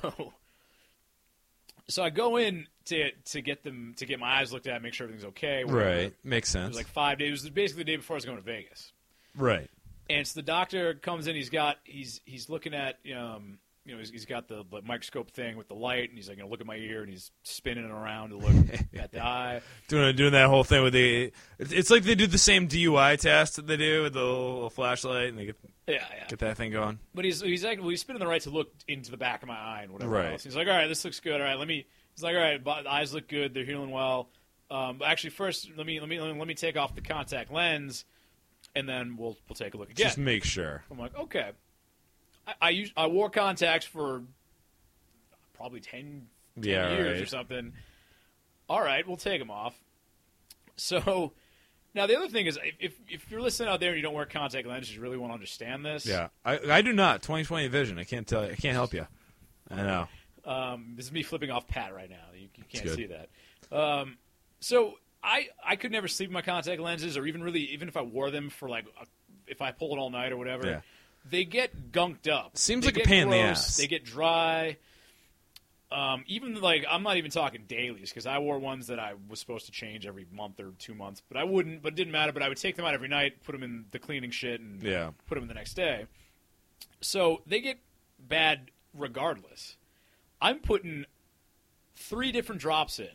S1: so I go in to to get them to get my eyes looked at, make sure everything's okay. whatever.
S2: Right. Makes
S1: It
S2: sense.
S1: was like five days. It was basically the day before I was going to Vegas.
S2: right.
S1: And so the doctor comes in. He's got he's he's looking at um you know he's, he's got the, the microscope thing with the light, and he's like, you know, look at my ear, and he's spinning it around to look at the eye.
S2: Doing doing that whole thing with the. It's it's like they do the same DUI test that they do with the little flashlight and they get
S1: Yeah, yeah.
S2: get that thing going.
S1: But he's he's like well, he's spinning the right to look into the back of my eye and whatever
S2: Right.
S1: else. He's like, all right, this looks good. All right, let me. He's like, all right, bo- the eyes look good. They're healing well. Um, but actually, first let me let me let me take off the contact lens, and then we'll we'll take a look again.
S2: Just make sure.
S1: I'm like, okay. I I, use, I wore contacts for probably 10, 10
S2: Yeah,
S1: years
S2: right.
S1: or something. All right, we'll take them off. So now the other thing is, if if you're listening out there and you don't wear contact lenses, you really want to understand this.
S2: Yeah. I I do not 2020 vision. I can't tell. you. I can't help you. I know.
S1: Um, this is me flipping off Pat right now. You, you can't
S2: good.
S1: see that. Um, so I I could never sleep in my contact lenses, or even really even if I wore them for like a, if I pull it all night or whatever,
S2: Yeah.
S1: they get gunked up.
S2: Seems
S1: They
S2: like a
S1: get
S2: pain in the
S1: gross,
S2: ass.
S1: They get dry. Um, even like I'm not even talking dailies because I wore ones that I was supposed to change every month or two months, but I wouldn't. But it didn't matter. But I would take them out every night, put them in the cleaning shit, and
S2: Yeah.
S1: put them in the next day. So they get bad regardless. I'm putting three different drops in.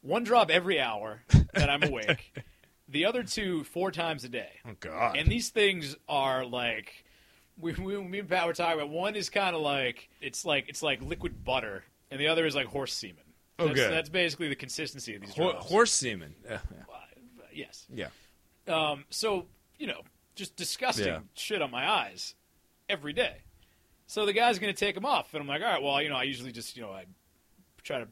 S1: One drop every hour that I'm awake. the other two four times a day.
S2: Oh God.
S1: And these things are like we, we me and Pat were talking about. One is kind of like it's like it's like liquid butter, and the other is like horse semen. That's,
S2: Okay.
S1: that's basically the consistency of these
S2: Ho-
S1: drops.
S2: horse semen. Yeah.
S1: Uh, yes.
S2: Yeah.
S1: Um, so you know, just disgusting
S2: Yeah.
S1: shit on my eyes every day. So the guy's going to take them off, and I'm like, all right, well, you know, I usually just, you know, I try to,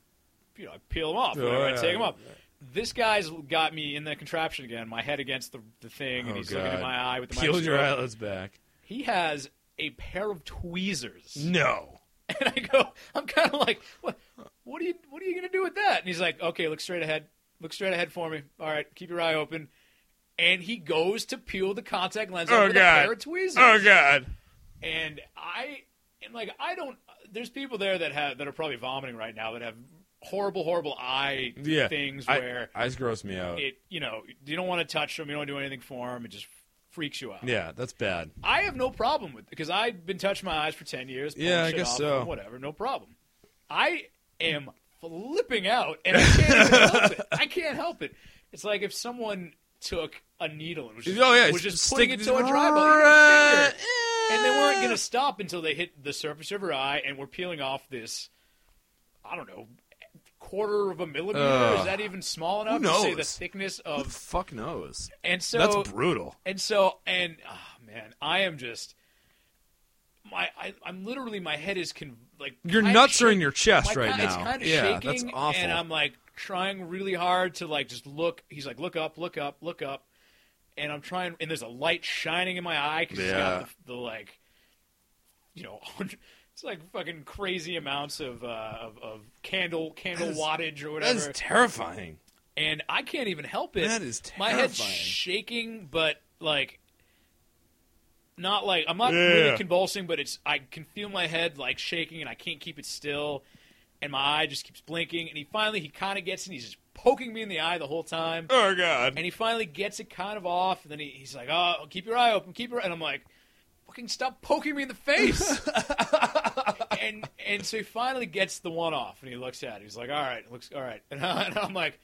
S1: you know, I peel them off,
S2: Oh,
S1: whenever I
S2: yeah,
S1: take them off.
S2: yeah.
S1: This guy's got me in the contraption again, my head against the, the thing, and
S2: Oh,
S1: he's looking
S2: God.
S1: in my eye with the
S2: Peeled your
S1: microscope.
S2: eyelids back.
S1: He has a pair of tweezers.
S2: No.
S1: And I go, I'm kind of like, what? What are you? What are you gonna do with that? And he's like, okay, look straight ahead. Look straight ahead for me. All right, keep your eye open. And he goes to peel the contact lens
S2: Oh,
S1: off with
S2: God.
S1: a pair of tweezers.
S2: Oh God.
S1: And I and like I don't. There's people there that have that are probably vomiting right now that have horrible, horrible eye
S2: Yeah.
S1: things
S2: I-
S1: where
S2: eyes gross me out.
S1: it you know you don't want to touch them, you don't want to do anything for them. It just freaks you out.
S2: yeah, that's bad.
S1: I have no problem with because I've been touching my eyes for ten years. pulling
S2: Yeah, I
S1: shit
S2: guess
S1: off,
S2: so.
S1: Whatever, no problem. I am flipping out, and I can't even help it. I can't help it. It's like if someone took a needle and was just,
S2: Oh yeah,
S1: was
S2: it's-
S1: just putting
S2: stick-
S1: it to a dry
S2: Right.
S1: bulb, and they weren't going to stop until they hit the surface of her eye and were peeling off this. I don't know. Quarter of a millimeter?
S2: Ugh.
S1: is that even small enough
S2: Who
S1: to say the
S2: knows?
S1: thickness
S2: Who the
S1: of?
S2: fuck knows?
S1: And so
S2: that's brutal.
S1: and so, and oh man, I am just my I, I'm literally my head is con- like
S2: Your
S1: kinda
S2: nuts are in
S1: shak-
S2: your chest
S1: my
S2: right
S1: ki-
S2: now.
S1: It's kind of
S2: yeah,
S1: shaking,
S2: that's awful.
S1: and I'm like trying really hard to like just look. He's like, look up, look up, look up, and I'm trying. And there's a light shining in my eye because he's
S2: Yeah.
S1: got the, the like, you know. It's like fucking crazy amounts of uh, of, of candle candle
S2: That is-
S1: wattage or
S2: that
S1: whatever
S2: is terrifying.
S1: and I can't even help it.
S2: That is
S1: My head's
S2: terrifying.
S1: shaking, but like, not like I'm not
S2: Yeah.
S1: really convulsing, but it's I can feel my head like shaking, and I can't keep it still, and my eye just keeps blinking. And he finally he kind of gets, it, and he's just poking me in the eye the whole time.
S2: Oh god.
S1: And he finally gets it kind of off, and then he, he's like, "Oh, keep your eye open, keep your," eye-" and I'm like, "Fucking stop poking me in the face!" and and so he finally gets the one off, and he looks at it. He's like, "All right, looks all right," and, I, am like,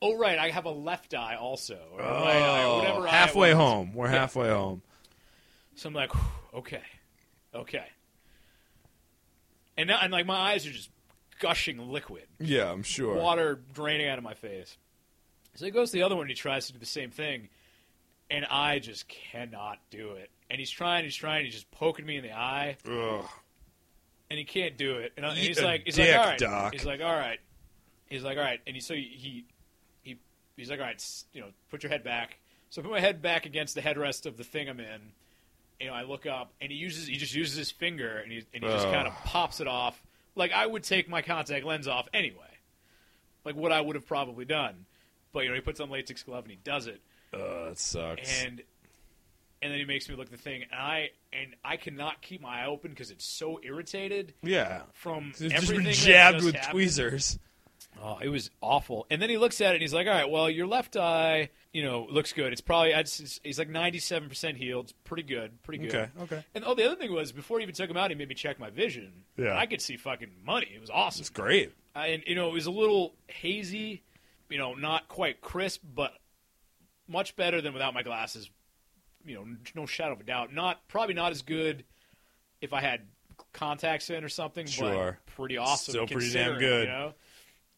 S1: "Oh right, I have a left eye also, or a right eye, or
S2: Oh,
S1: whatever." eye it
S2: halfway
S1: was."
S2: home. We're halfway home.
S1: So I'm like, "Whew, "Okay, okay," and now and like my eyes are just gushing liquid.
S2: Yeah, I'm sure.
S1: water draining out of my face. So he goes to the other one and he tries to do the same thing, and I just cannot do it. And he's trying, he's trying, he's just poking me in the eye,
S2: Ugh.
S1: and he can't do it. And, I- and
S2: Eat
S1: he's
S2: a
S1: like, he's
S2: dick,
S1: like, all right,
S2: Doc.
S1: he's like, all right, he's like, all right, and he so he he he's like, all right, s- you know, put your head back. So I put my head back against the headrest of the thing I'm in. You know, I look up, and he uses he just uses his finger, and he and he just
S2: Ugh.
S1: kind of pops it off. Like I would take my contact lens off anyway like what I would have probably done. But you know, he puts on latex glove and he does it,
S2: Ugh, Uh, that sucks.
S1: and and then he makes me look at the thing, and I and I cannot keep my eye open because it's so irritated
S2: yeah.
S1: from
S2: It's just
S1: everything
S2: been
S1: that
S2: jabbed
S1: just
S2: with
S1: happened.
S2: tweezers.
S1: Oh, it was awful. And then he looks at it and he's like, "All right, well, your left eye, you know, looks good. It's probably I'd, s- he's like ninety seven percent healed. It's pretty good, pretty good."
S2: Okay, okay.
S1: And oh, the other thing was before he even took him out, he made me check my vision.
S2: Yeah.
S1: I could see fucking money. It was awesome.
S2: It's great.
S1: I- and you know it was a little hazy, you know, not quite crisp, but much better than without my glasses. You know, n- no shadow of a doubt. Not probably not as good if I had contacts in or something.
S2: Sure.
S1: but pretty awesome.
S2: Still pretty damn
S1: considering,
S2: good.
S1: You know?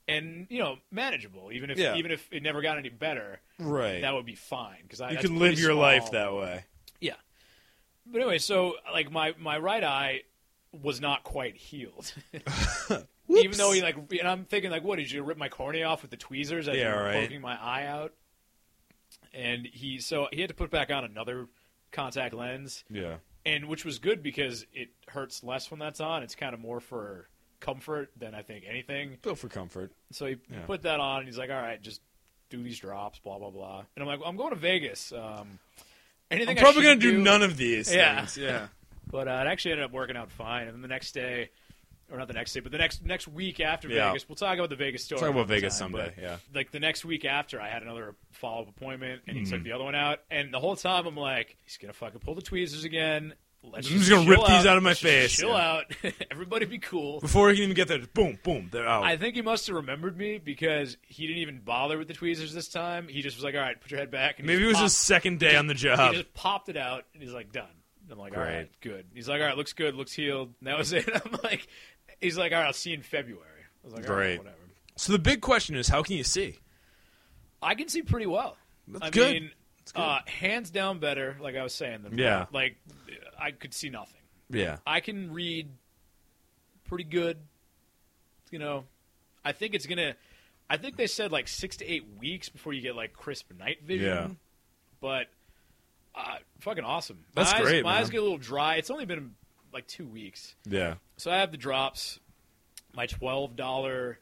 S1: And you know, manageable. Even if
S2: Yeah.
S1: even if it never got any better,
S2: Right.
S1: that would be fine because
S2: you can live your life that way.
S1: yeah. But anyway, so like my my right eye was not quite healed. Even though he like, and I'm thinking like, what did you rip my cornea off with the tweezers as
S2: Yeah,
S1: you were
S2: right.
S1: poking my eye out? And he so he had to put back on another contact lens,
S2: Yeah.
S1: and which was good because it hurts less when that's on. It's kind of more for comfort than I think anything.
S2: Built for comfort.
S1: So he
S2: Yeah.
S1: put that on, and he's like, "All right, just do these drops, blah blah blah." And I'm like, well, "I'm going to Vegas. Um,
S2: I'm
S1: anything I
S2: probably gonna
S1: shouldn't
S2: do, none of these
S1: Yeah.
S2: things. Yeah.
S1: but uh, it actually ended up working out fine. And then the next day, or not the next day, but the next next week after
S2: Yeah.
S1: Vegas, we'll talk about the Vegas story.
S2: Talk about
S1: another
S2: Vegas
S1: time,
S2: someday.
S1: but,
S2: Yeah.
S1: Like the next week after, I had another follow up appointment, and
S2: Mm-hmm.
S1: he took the other one out. And the whole time, I'm like, he's gonna fucking pull the tweezers again. Let's
S2: I'm just gonna rip
S1: chill
S2: these out of my
S1: Let's just
S2: face."
S1: Chill
S2: Yeah.
S1: out. Everybody be cool.
S2: Before he can even get there, boom, boom, they're out.
S1: I think he must have remembered me because he didn't even bother with the tweezers this time. He just was like, "All right, put your head back." And he
S2: Maybe it was
S1: popped-
S2: his second day on the
S1: he
S2: job.
S1: just popped it out and he's like done. And I'm like, all
S2: Um, Great.
S1: right, good. He's like, all right, looks good, looks healed. And that was it. I'm like, he's like, all right, I'll see you in February. I was like, all right,
S2: Great.
S1: whatever.
S2: So the big question is, how can you see?
S1: I can see pretty well.
S2: That's
S1: I
S2: good.
S1: mean,
S2: good.
S1: Uh, hands down better, like I was saying. Than
S2: Yeah.
S1: Like, I could see nothing.
S2: Yeah.
S1: I can read pretty good. You know, I think it's gonna. I think they said like six to eight weeks before you get like crisp night vision.
S2: Yeah.
S1: But uh, fucking awesome.
S2: That's
S1: my eyes,
S2: great,
S1: My eyes
S2: man.
S1: get a little dry. It's only been like two weeks,
S2: Yeah.
S1: so I have the drops. My twelve dollar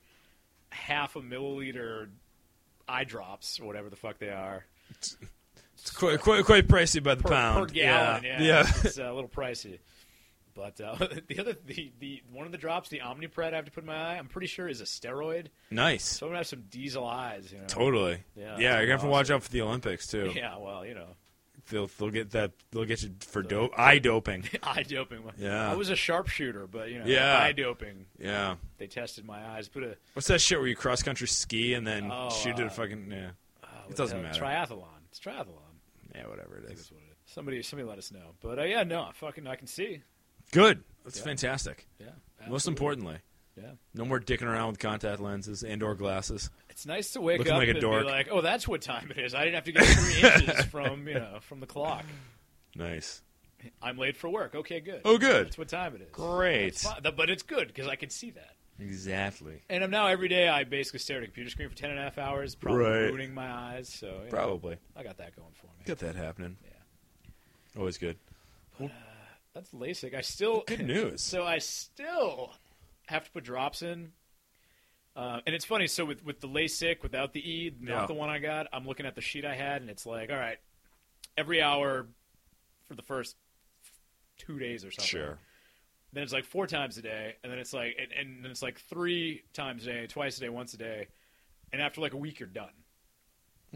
S1: half a milliliter eye drops or whatever the fuck they are
S2: It's quite, quite, quite pricey by the
S1: per,
S2: pound.
S1: per gallon. Yeah,
S2: Yeah.
S1: it's uh, a little pricey. But uh, the other, the, the one of the drops, the Omnipred, I have to put in my eye. I'm pretty sure is a steroid.
S2: nice.
S1: So I'm gonna have some diesel eyes. You know?
S2: Totally.
S1: Yeah,
S2: Yeah. you're gonna have
S1: awesome.
S2: to watch out for the Olympics too.
S1: Yeah, well, you know,
S2: They'll they'll get that they'll get you for dope eye doping.
S1: eye doping.
S2: Yeah.
S1: I was a sharpshooter, but you know,
S2: Yeah.
S1: eye doping.
S2: Yeah.
S1: They tested my eyes. Put a uh,
S2: What's that shit where you cross country ski and then
S1: Oh,
S2: shoot
S1: uh,
S2: at a fucking yeah.
S1: uh,
S2: It doesn't
S1: uh,
S2: matter.
S1: triathlon. It's triathlon.
S2: Yeah, whatever it
S1: I think
S2: is.
S1: that's what it is. Somebody, somebody, let us know. But uh, yeah, no, I fucking, I can see.
S2: Good. That's
S1: Yeah.
S2: fantastic.
S1: Yeah.
S2: Most
S1: absolutely.
S2: importantly,
S1: Yeah.
S2: no more dicking around with contact lenses and or glasses.
S1: It's nice to wake
S2: Looking
S1: up
S2: like a
S1: and
S2: dork.
S1: be like, oh, that's what time it is. I didn't have to get three inches from you know from the clock.
S2: Nice.
S1: I'm late for work. Okay, good.
S2: Oh, good.
S1: That's what time it is.
S2: Great.
S1: It's fine. But it's good because I can see that.
S2: Exactly.
S1: And I'm now every day I basically stare at a computer screen for ten and a half hours, probably
S2: Right.
S1: ruining my eyes. So you know,
S2: Probably.
S1: I got that going for me.
S2: Got that happening. Yeah. Always good.
S1: That's LASIK. I still
S2: Good news.
S1: So I still have to put drops in. Uh, and it's funny. So with with the LASIK without the E, not
S2: Yeah.
S1: the one I got. I'm looking at the sheet I had, and it's like, all right, every hour for the first two days or something.
S2: Sure.
S1: Then it's like four times a day, and then it's like, and, and then it's like three times a day, twice a day, once a day, and after like a week, you're done.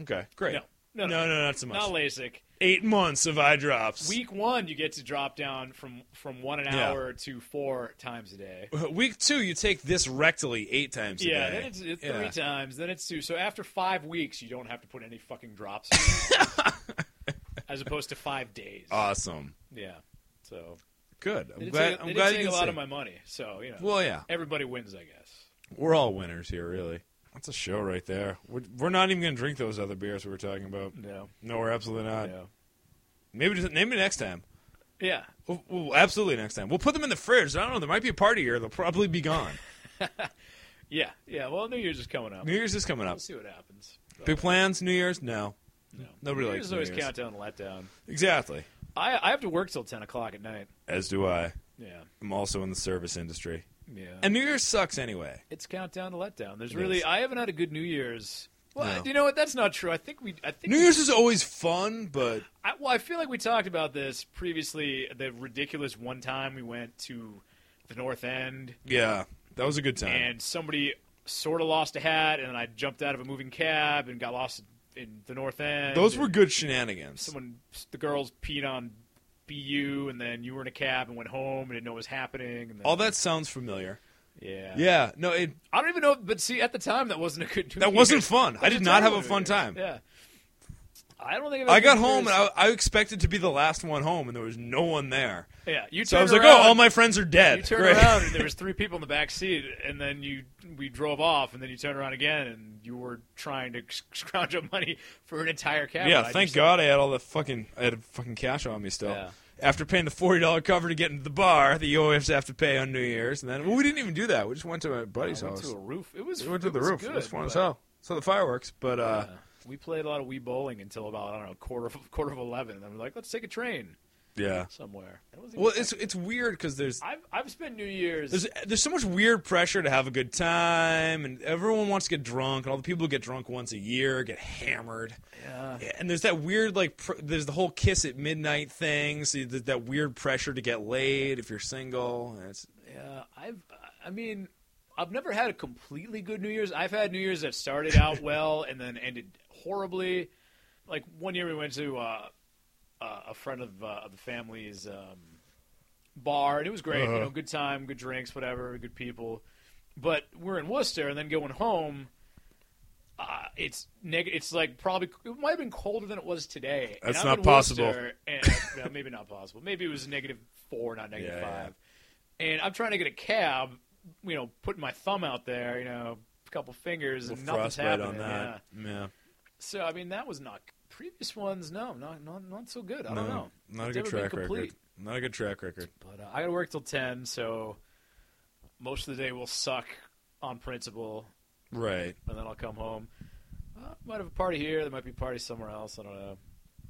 S2: Okay. Great.
S1: No, no,
S2: No,
S1: no,
S2: no, not so much.
S1: not LASIK.
S2: Eight months of eye drops.
S1: Week one, you get to drop down from from one an
S2: Yeah.
S1: hour to four times a day.
S2: Week two, you take this rectally eight times a
S1: Yeah,
S2: day.
S1: then it's, it's
S2: Yeah.
S1: three times, then it's two. So after five weeks, you don't have to put any fucking drops, in. as opposed to five days.
S2: awesome.
S1: yeah, so
S2: Good. Uh, I'm
S1: they did
S2: glad.
S1: take,
S2: I'm
S1: they did
S2: glad
S1: take
S2: you
S1: a
S2: can
S1: lot
S2: see.
S1: of my money. So you know,
S2: Well, yeah,
S1: everybody wins, I guess.
S2: we're all winners here, really. That's a show right there. We're, we're not even going to drink those other beers we were talking about.
S1: No,
S2: No, we're absolutely not.
S1: no,
S2: Maybe just, maybe next time.
S1: yeah.
S2: We'll, we'll- absolutely next time. We'll put them in the fridge. I don't know. There might be a party here. They'll probably be gone.
S1: Yeah, yeah. Well, New Year's is coming up.
S2: New Year's is coming up.
S1: We'll see what happens. But,
S2: Big plans. New Year's? No.
S1: no.
S2: nobody
S1: New
S2: likes
S1: Year's is
S2: New
S1: always
S2: Year's.
S1: countdown and letdown.
S2: Exactly.
S1: I I have to work till ten o'clock at night.
S2: As do I.
S1: Yeah,
S2: I'm also in the service industry.
S1: yeah.
S2: And New Year's sucks anyway.
S1: It's countdown to letdown. There's
S2: It
S1: really
S2: is.
S1: I haven't had a good New Year's. Well,
S2: No.
S1: you know what? That's not true. I think we I think
S2: New
S1: we-
S2: Year's is always fun, but
S1: I, well, I feel like we talked about this previously. The ridiculous one time we went to the North End
S2: yeah, that was a good time.
S1: and somebody sort of lost a hat, and I jumped out of a moving cab and got lost in the North End.
S2: Those were
S1: And
S2: good shenanigans.
S1: someone. The girls peed on BU, and then you were in a cab and went home and didn't know what was happening. And then,
S2: All that sounds familiar.
S1: Yeah.
S2: Yeah, no, it
S1: I don't even know. But see, at the time, that wasn't a good. New
S2: that
S1: Year's.
S2: wasn't fun. I
S1: That's
S2: did not have
S1: terrible
S2: a fun
S1: New Year's.
S2: time.
S1: Yeah. I don't think I've
S2: I
S1: had
S2: got
S1: New
S2: home and
S1: Year's-
S2: I, I expected to be the last one home, and there was no one there.
S1: yeah, you
S2: So I was
S1: turned
S2: like, "Oh,
S1: around-
S2: all my friends are dead."
S1: You turn
S2: Great.
S1: around and there was three people in the back seat, and then you we drove off, and then you turn around again, and you were trying to sc- scrounge up money for an entire cab.
S2: yeah,
S1: ride.
S2: thank
S1: You're
S2: God I had all the fucking I had fucking cash on me still.
S1: uh, Yeah.
S2: After paying the forty dollar cover to get into the bar that you always have to pay on New Year's, and then well, we didn't even do that. We just went to my
S1: just
S2: buddy's
S1: like, I went
S2: house.
S1: to a roof. It was
S2: we went to
S1: it
S2: the
S1: was
S2: roof.
S1: Good,
S2: it was fun as
S1: but,
S2: hell. Saw the fireworks, but uh,
S1: uh, we played a lot of wee bowling until about I don't know quarter of, quarter of eleven, and then we're like, let's take a train
S2: yeah.
S1: somewhere. That wasn't
S2: Well,
S1: even-
S2: it's it's weird because there's
S1: I've I've spent New Year's.
S2: there's there's so much weird pressure to have a good time, and everyone wants to get drunk, and all the people who get drunk once a year get hammered.
S1: yeah.
S2: Yeah, and there's that weird like pr- there's the whole kiss at midnight thing. So there's that weird pressure to get laid if you're single. and It's,
S1: Yeah, I've. I mean, I've never had a completely good New Year's. I've had New Year's that started out well and then ended horribly. Like one year we went to uh, uh, a friend of, uh, of the family's um, bar, and it was great. You
S2: Uh-huh.
S1: know, good time, good drinks, whatever, good people. But we're in Worcester, and then going home. Uh, it's neg- It's like probably it might have been colder than it was today. and
S2: That's
S1: I'm
S2: not
S1: in
S2: possible.
S1: Worcester, and, no, maybe not possible. Maybe it was negative four, not negative
S2: Yeah, yeah.
S1: five and I'm trying to get a cab, you know, putting my thumb out there, you know, a couple fingers, and nothing's
S2: frostbite
S1: happening.
S2: on that. Yeah.
S1: So I mean, that was not previous ones. No, not not not so good. I
S2: no,
S1: don't know.
S2: not a
S1: It's
S2: good
S1: never been
S2: track record.
S1: complete.
S2: Not a good track record.
S1: But uh, I gotta work till ten, so most of the day will suck on principle,
S2: Right.
S1: and then I'll come home. Uh, might have a party here. There might be a party somewhere else. I don't know.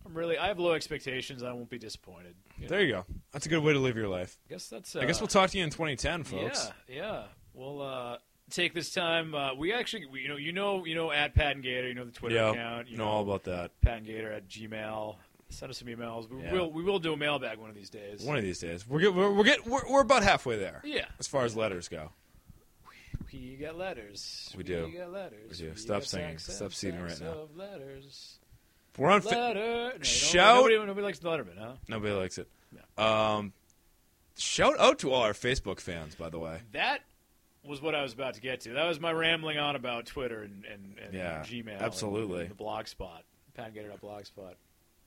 S1: I'm really. I have low expectations. I won't be disappointed. you know?
S2: There you go. That's a good way to live your life.
S1: I guess that's. Uh,
S2: I guess we'll talk to you in 2010, folks.
S1: Yeah, yeah. We'll uh, take this time. Uh, we actually, we, you know, you know, you know, at Pat and Gator, you know the Twitter
S2: Yeah,
S1: account. You
S2: know all about that.
S1: Pat and Gator at Gmail. Send us some emails. We
S2: Yeah.
S1: will. We will do a mailbag one of these days.
S2: One of these days, we're get, we're we're, get, we're we're about halfway there
S1: yeah,
S2: as far as letters go.
S1: we got letters.
S2: We do.
S1: got letters.
S2: We do. Stop
S1: got
S2: singing.
S1: sacks
S2: Stop
S1: and
S2: singing right
S1: sacks
S2: now.
S1: of Letters.
S2: We're on. Fa-
S1: Letter. No,
S2: Shout-
S1: Shout. Nobody, nobody likes Letterman, huh?
S2: Nobody likes it. Um, shout out to all our Facebook fans, by the way.
S1: That was what I was about to get to. That was my rambling on about Twitter and, and, and
S2: Yeah,
S1: Gmail. and-
S2: absolutely.
S1: and the blog spot. Patgator.blogspot.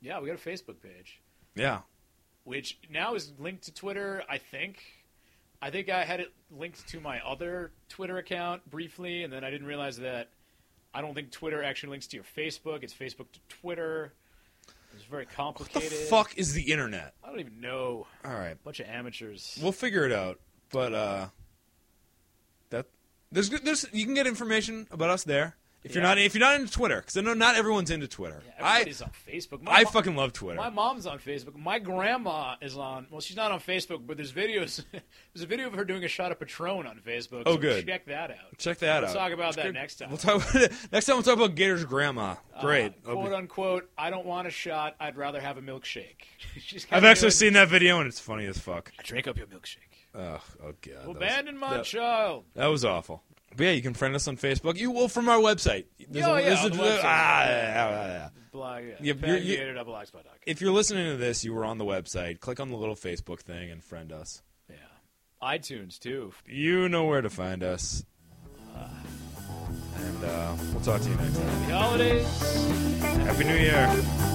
S1: Yeah, we got a Facebook page,
S2: Yeah,
S1: which now is linked to Twitter, I think. I think I had it linked to my other Twitter account briefly, and then I didn't realize that I don't think Twitter actually links to your Facebook. It's Facebook to Twitter. It's very
S2: what the
S1: complicated.
S2: fuck is the internet?
S1: I don't even know.
S2: All right,
S1: bunch of amateurs.
S2: we'll figure it out. But uh, that there's good- there's you can get information about us there if you're
S1: Yeah.
S2: not if you're not into Twitter because I know not everyone's into Twitter.
S1: yeah,
S2: I
S1: everybody's on Facebook. My
S2: I
S1: mo-
S2: fucking love Twitter.
S1: My mom's on Facebook. My grandma is on. Well, she's not on Facebook, but there's videos. there's a video of her doing a shot of Patron on Facebook.
S2: Oh,
S1: so
S2: good.
S1: Check that out.
S2: Check that
S1: Let's
S2: out.
S1: talk about
S2: It's
S1: that
S2: good.
S1: next time.
S2: We'll talk about it. next time. We'll talk about Gator's grandma. Great.
S1: Uh, quote unquote. I don't want a shot. I'd rather have a milkshake. She's kinda
S2: I've actually
S1: doing-
S2: seen that video and it's funny as fuck.
S1: I drink up your milkshake.
S2: Oh, oh god.
S1: Well,
S2: that was-
S1: abandon my
S2: that-
S1: child.
S2: That was awful. But yeah, you can friend us on Facebook. You will from our website. There's
S1: Oh, yeah,
S2: there's
S1: on the website.
S2: ah, yeah, yeah, yeah.
S1: Blog. Yeah.
S2: Yeah, you're- you-
S1: patgator.blogspot.com.
S2: If you're listening to this, you were on the website. Click on the little Facebook thing and friend us.
S1: Yeah. iTunes too.
S2: You know where to find us. And uh, we'll talk to you next time.
S1: Happy holidays.
S2: Happy New Year.